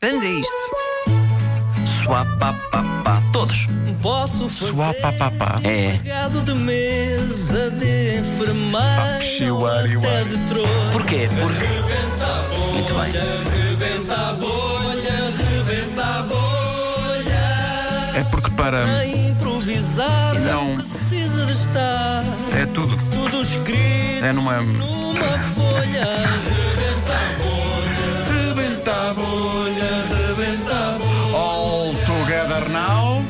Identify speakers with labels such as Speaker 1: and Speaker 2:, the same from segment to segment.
Speaker 1: Vamos a isto.
Speaker 2: Suapapapá. Todos.
Speaker 3: Posso
Speaker 4: Suá pá pá pá.
Speaker 2: É.
Speaker 3: Empregado Um de mesa, de enfermeira,
Speaker 4: puxei o
Speaker 3: ou
Speaker 4: ar e o
Speaker 3: até
Speaker 4: ar.
Speaker 3: de trono.
Speaker 2: Porquê? Porque. Muito bem.
Speaker 4: É porque para.
Speaker 3: A improvisar
Speaker 4: Não.
Speaker 3: precisa de estar
Speaker 4: É tudo.
Speaker 3: tudo escrito
Speaker 4: É numa.
Speaker 3: numa folha.
Speaker 4: Rebenta a bolha, rebenta a bolha. All together now.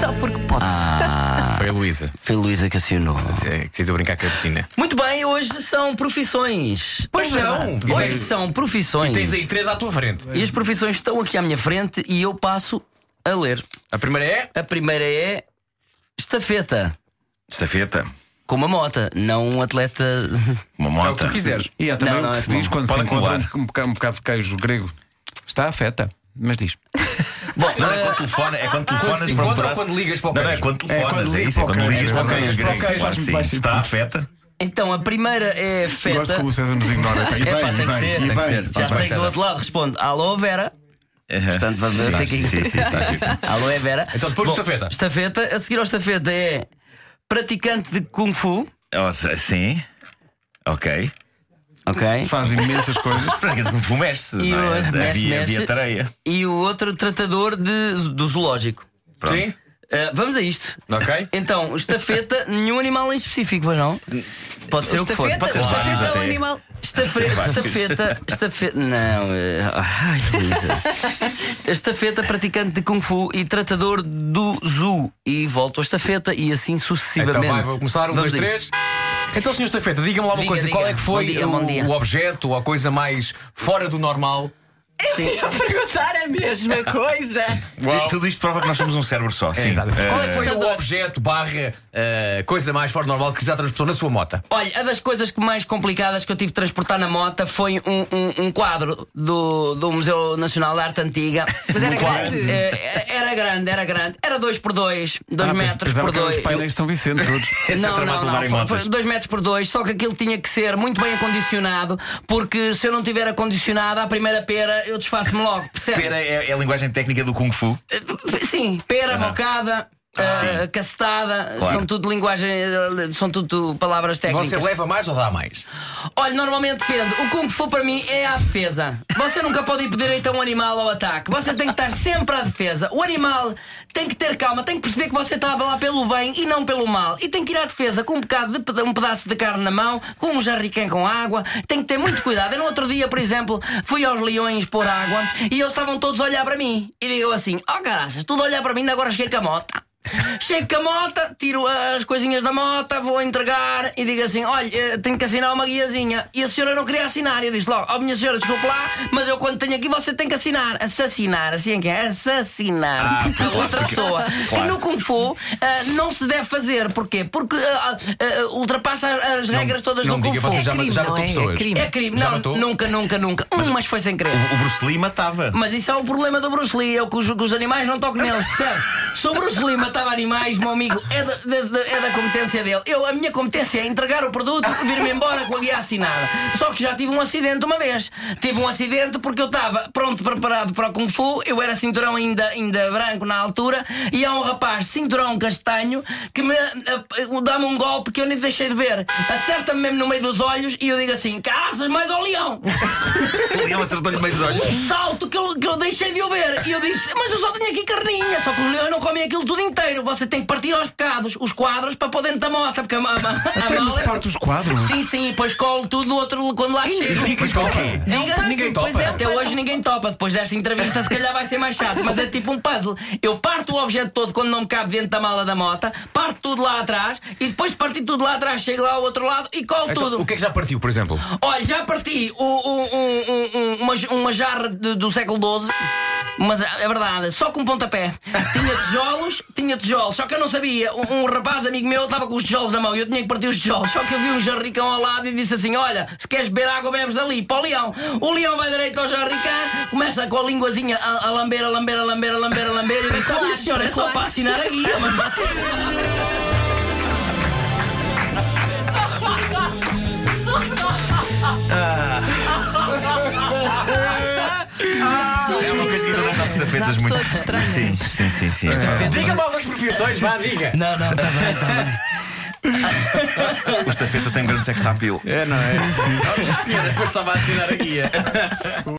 Speaker 1: Só porque posso.
Speaker 5: Foi a Luísa
Speaker 2: Foi a Luísa que acionou.
Speaker 5: é, que decidiu brincar com a piscina.
Speaker 2: Muito bem, hoje são profissões.
Speaker 5: Pois
Speaker 2: É verdade.
Speaker 5: não.
Speaker 2: Hoje
Speaker 5: E tens-
Speaker 2: são profissões.
Speaker 5: Tens aí três à tua frente.
Speaker 2: E as profissões estão aqui à minha frente e eu passo a ler.
Speaker 5: A primeira é.
Speaker 2: A primeira é estafeta.
Speaker 6: Estafeta,
Speaker 2: Com uma mota, não um atleta.
Speaker 6: uma
Speaker 5: É o que
Speaker 6: mota.
Speaker 5: tu quiseres.
Speaker 4: E há também
Speaker 2: Não,
Speaker 4: o
Speaker 2: não,
Speaker 4: que se
Speaker 2: é
Speaker 4: diz quando se
Speaker 6: Podem
Speaker 4: encontra
Speaker 6: colar.
Speaker 4: um, boca- um bocado de queijo grego. Está afeta. Mas diz.
Speaker 2: Bom,
Speaker 6: Não, é
Speaker 2: eh,
Speaker 6: quando telefona, é quando
Speaker 5: Quando
Speaker 6: telefonas
Speaker 5: se
Speaker 6: para um
Speaker 5: encontra ou
Speaker 6: pedaço.
Speaker 5: quando ligas para o
Speaker 6: Não, não, é
Speaker 5: queijo?
Speaker 6: quando
Speaker 4: É quando
Speaker 6: telefonas, é
Speaker 4: ligas
Speaker 6: isso, é
Speaker 4: para o
Speaker 6: quando
Speaker 4: queijo.
Speaker 6: ligas para o
Speaker 4: Exatamente.
Speaker 6: queijo
Speaker 4: Para o
Speaker 6: grego.
Speaker 4: queijo,
Speaker 6: claro que
Speaker 4: faz-me
Speaker 6: sim.
Speaker 4: baixo
Speaker 6: Está a feta.
Speaker 2: então a primeira é
Speaker 4: Gosto
Speaker 2: feta.
Speaker 4: como o César nos ignora.
Speaker 2: É
Speaker 4: pá.
Speaker 2: pá,
Speaker 6: bem,
Speaker 2: tem que
Speaker 6: e
Speaker 2: ser,
Speaker 6: bem,
Speaker 2: tem que
Speaker 6: e
Speaker 2: ser.
Speaker 6: bem.
Speaker 2: Já
Speaker 6: Vai,
Speaker 2: sei que do
Speaker 5: Sara.
Speaker 2: outro lado responde: Alô, Vera.
Speaker 5: Uhum.
Speaker 2: Portanto, vamos ver ter que.
Speaker 6: Sim, sim, sim, está giro.
Speaker 2: Alô, é Vera.
Speaker 5: Então, depois do estafeta.
Speaker 2: Estafeta, a seguir ao estafeta é praticante de Kung Fu.
Speaker 6: Ou se- Sim. Ok.
Speaker 2: Ok.
Speaker 4: Faz imensas coisas.
Speaker 6: Para que tu mexe,
Speaker 2: E
Speaker 6: não é?
Speaker 2: o- mexe,
Speaker 6: Havia,
Speaker 2: mexe.
Speaker 6: havia tareia.
Speaker 2: E o outro tratador de, do zoológico.
Speaker 6: Pronto.
Speaker 5: Sim?
Speaker 2: Eh, vamos a isto.
Speaker 5: Ok.
Speaker 2: Então, estafeta, nenhum animal em específico, pois não? Pode ser o que for.
Speaker 1: Estafeta,
Speaker 2: Pode ser
Speaker 6: claro,
Speaker 1: estafeta é um
Speaker 6: até.
Speaker 1: animal.
Speaker 2: Estafeta,
Speaker 6: vários.
Speaker 2: estafeta, estafeta. Não, eh, ai, Luísa. Estafeta, praticante de Kung Fu e tratador do Zoo. E volto à estafeta e assim sucessivamente.
Speaker 5: Então vai, vou começar. Um,
Speaker 2: Vamos
Speaker 5: dois,
Speaker 2: a
Speaker 5: três.
Speaker 2: isso.
Speaker 5: Então, senhor Estafeta, diga-me lá uma
Speaker 2: Diga,
Speaker 5: coisa.
Speaker 2: diga.
Speaker 5: Qual é que foi
Speaker 2: Bom dia, bom dia.
Speaker 5: o, o objeto ou a coisa mais fora do normal?
Speaker 1: Eu ia perguntar a mesma coisa.
Speaker 6: E Tudo isto prova que nós somos um cérebro só. Sim.
Speaker 5: Exatamente.
Speaker 2: Eh,
Speaker 5: Qual é que foi o
Speaker 1: Assustador.
Speaker 5: objeto barra eh, coisa mais fora do normal que já transportou na sua moto?
Speaker 2: Olha, uma das coisas que mais complicadas que eu tive de transportar na mota foi um, um- um quadro do, do Museu Nacional de Arte Antiga.
Speaker 1: Mas era
Speaker 2: Um quadro.
Speaker 1: grande?
Speaker 2: Eh, Era grande, era grande. Era dois por dois, dois
Speaker 4: Ah,
Speaker 2: metros
Speaker 4: pensava
Speaker 2: por
Speaker 4: que eram
Speaker 2: dois.
Speaker 4: os painéis de São Vicente todos.
Speaker 6: um Esse é
Speaker 2: Não,
Speaker 6: trabalho
Speaker 2: não,
Speaker 6: de levar em
Speaker 2: não, foi,
Speaker 6: motas.
Speaker 2: foi dois metros por dois, só que aquilo tinha que ser muito bem acondicionado, porque se eu não tiver acondicionado, à primeira pera eu desfaço-me logo, percebe?
Speaker 6: Pera é, é a linguagem técnica do Kung Fu.
Speaker 2: Eh, Sim, pera, mocada, eh,
Speaker 6: Ah, Sim.
Speaker 2: cacetada,
Speaker 6: Claro. é um
Speaker 2: são tudo linguagem, eh, são tudo palavras técnicas.
Speaker 5: Você leva mais ou dá mais?
Speaker 2: Olha, normalmente depende. O Kung Fu para mim é a defesa. Você nunca pode ir pedir então um animal ao ataque. Você tem que estar sempre à defesa. O animal tem que ter calma, tem que perceber que você está lá pelo bem e não pelo mal. E tem que ir à defesa com um bocado de peda- um pedaço de carne na mão, com um jarriquém com água. Tem que ter muito cuidado. Eu no outro dia, por exemplo, fui aos leões pôr água e eles estavam todos a olhar para mim. E digo assim: Oh, caraças, tudo a olhar para mim, ainda agora cheguei com a mota. Chego com a mota, tiro as coisinhas da mota, vou entregar e digo assim: olha, eh, tenho que assinar uma guiazinha. E a senhora não queria assinar. E eu disse logo: ó, minha senhora, desculpe lá, mas eu quando tenho aqui você tem que assinar. Assassinar, assim é que é? Assassinar
Speaker 6: Ah, claro,
Speaker 2: a outra
Speaker 6: porque-
Speaker 2: pessoa.
Speaker 6: claro.
Speaker 2: E no Kung Fu eh, não se deve fazer. Porquê? Porque ah, ah, ultrapassa as regras todas
Speaker 5: não
Speaker 2: do Kung
Speaker 5: diga,
Speaker 2: Fu.
Speaker 5: você já,
Speaker 1: É crime,
Speaker 5: já
Speaker 1: não
Speaker 5: matou
Speaker 1: é? É
Speaker 5: pessoas.
Speaker 1: crime.
Speaker 2: É crime.
Speaker 5: Já
Speaker 2: Não,
Speaker 5: matou?
Speaker 2: nunca, nunca, nunca. Um, mas foi sem querer.
Speaker 6: O Bruce Lee matava.
Speaker 2: Mas isso é um problema do Bruce Lee, eu com os, com os animais não toco neles, percebe? Se o Bruce Lee matava animais, meu amigo, é da, da- da- é da competência dele. Eu, a minha competência é entregar o produto e vir-me embora com a guia assinada. Só que já tive um acidente uma vez. Tive um acidente porque eu estava pronto, preparado para o Kung Fu, eu era cinturão ainda, ainda branco na altura, e há um rapaz, cinturão castanho, que me eh, eh, dá-me um golpe que eu nem deixei de ver. Acerta-me mesmo no meio dos olhos e eu digo assim: caraças, mais ao leão!
Speaker 6: E ele acertou-lhe no meio dos olhos.
Speaker 2: um salto que eu, que eu deixei de ouvir. E eu disse, mas eu só tenho aqui carninha. Só que os leões não comem aquilo tudo inteiro. Você tem que partir aos pecados, os quadros, para pôr dentro da mota. Porque a, ma- a, ma- a
Speaker 4: Temos
Speaker 2: mala- é
Speaker 4: parte dos quadros.
Speaker 2: Sim, sim, depois colo tudo do outro quando lá chego.
Speaker 5: Mas topa.
Speaker 1: É um
Speaker 2: Diga-
Speaker 1: puzzle,
Speaker 5: ninguém
Speaker 1: pois
Speaker 5: topa.
Speaker 1: é um
Speaker 2: Até
Speaker 1: puzzle.
Speaker 2: hoje ninguém topa. Depois desta entrevista, se calhar vai ser mais chato. Mas é tipo um puzzle. Eu parto o objeto todo quando não me cabe dentro da mala da mota, parto tudo lá atrás e depois de partir tudo lá atrás, chego lá ao outro lado e colo
Speaker 5: Então,
Speaker 2: tudo.
Speaker 5: o que é que já partiu, por exemplo?
Speaker 2: Olha, já parti o- o- um- um- um- uma, uma jarra de- do século XII. Mas é verdade, só com um pontapé. Tinha tijolos, tinha tijolos, só que eu não sabia. Um, um rapaz amigo meu estava com os tijolos na mão e eu tinha que partir os tijolos. Só que eu vi um jarricão ao lado e disse assim: Olha, se queres beber água, bebes dali, para o leão. O leão vai direito ao jarricão, começa com a linguazinha a, a lamber, a lamber, a lamber, a lamber, a lamber. E disse: Olha, senhora, é só para assinar a guia, mas Ah.
Speaker 6: É estafetas
Speaker 1: Há
Speaker 6: muito.
Speaker 1: pessoas estranhas.
Speaker 6: Sim, sim, sim. sim.
Speaker 5: Diga novas profissões, vá, diga.
Speaker 2: Não, não, tá bem, tá bem.
Speaker 6: O estafeta tem um grande sex appeal.
Speaker 4: É, não é?
Speaker 5: Senhora, depois estava a assinar a guia.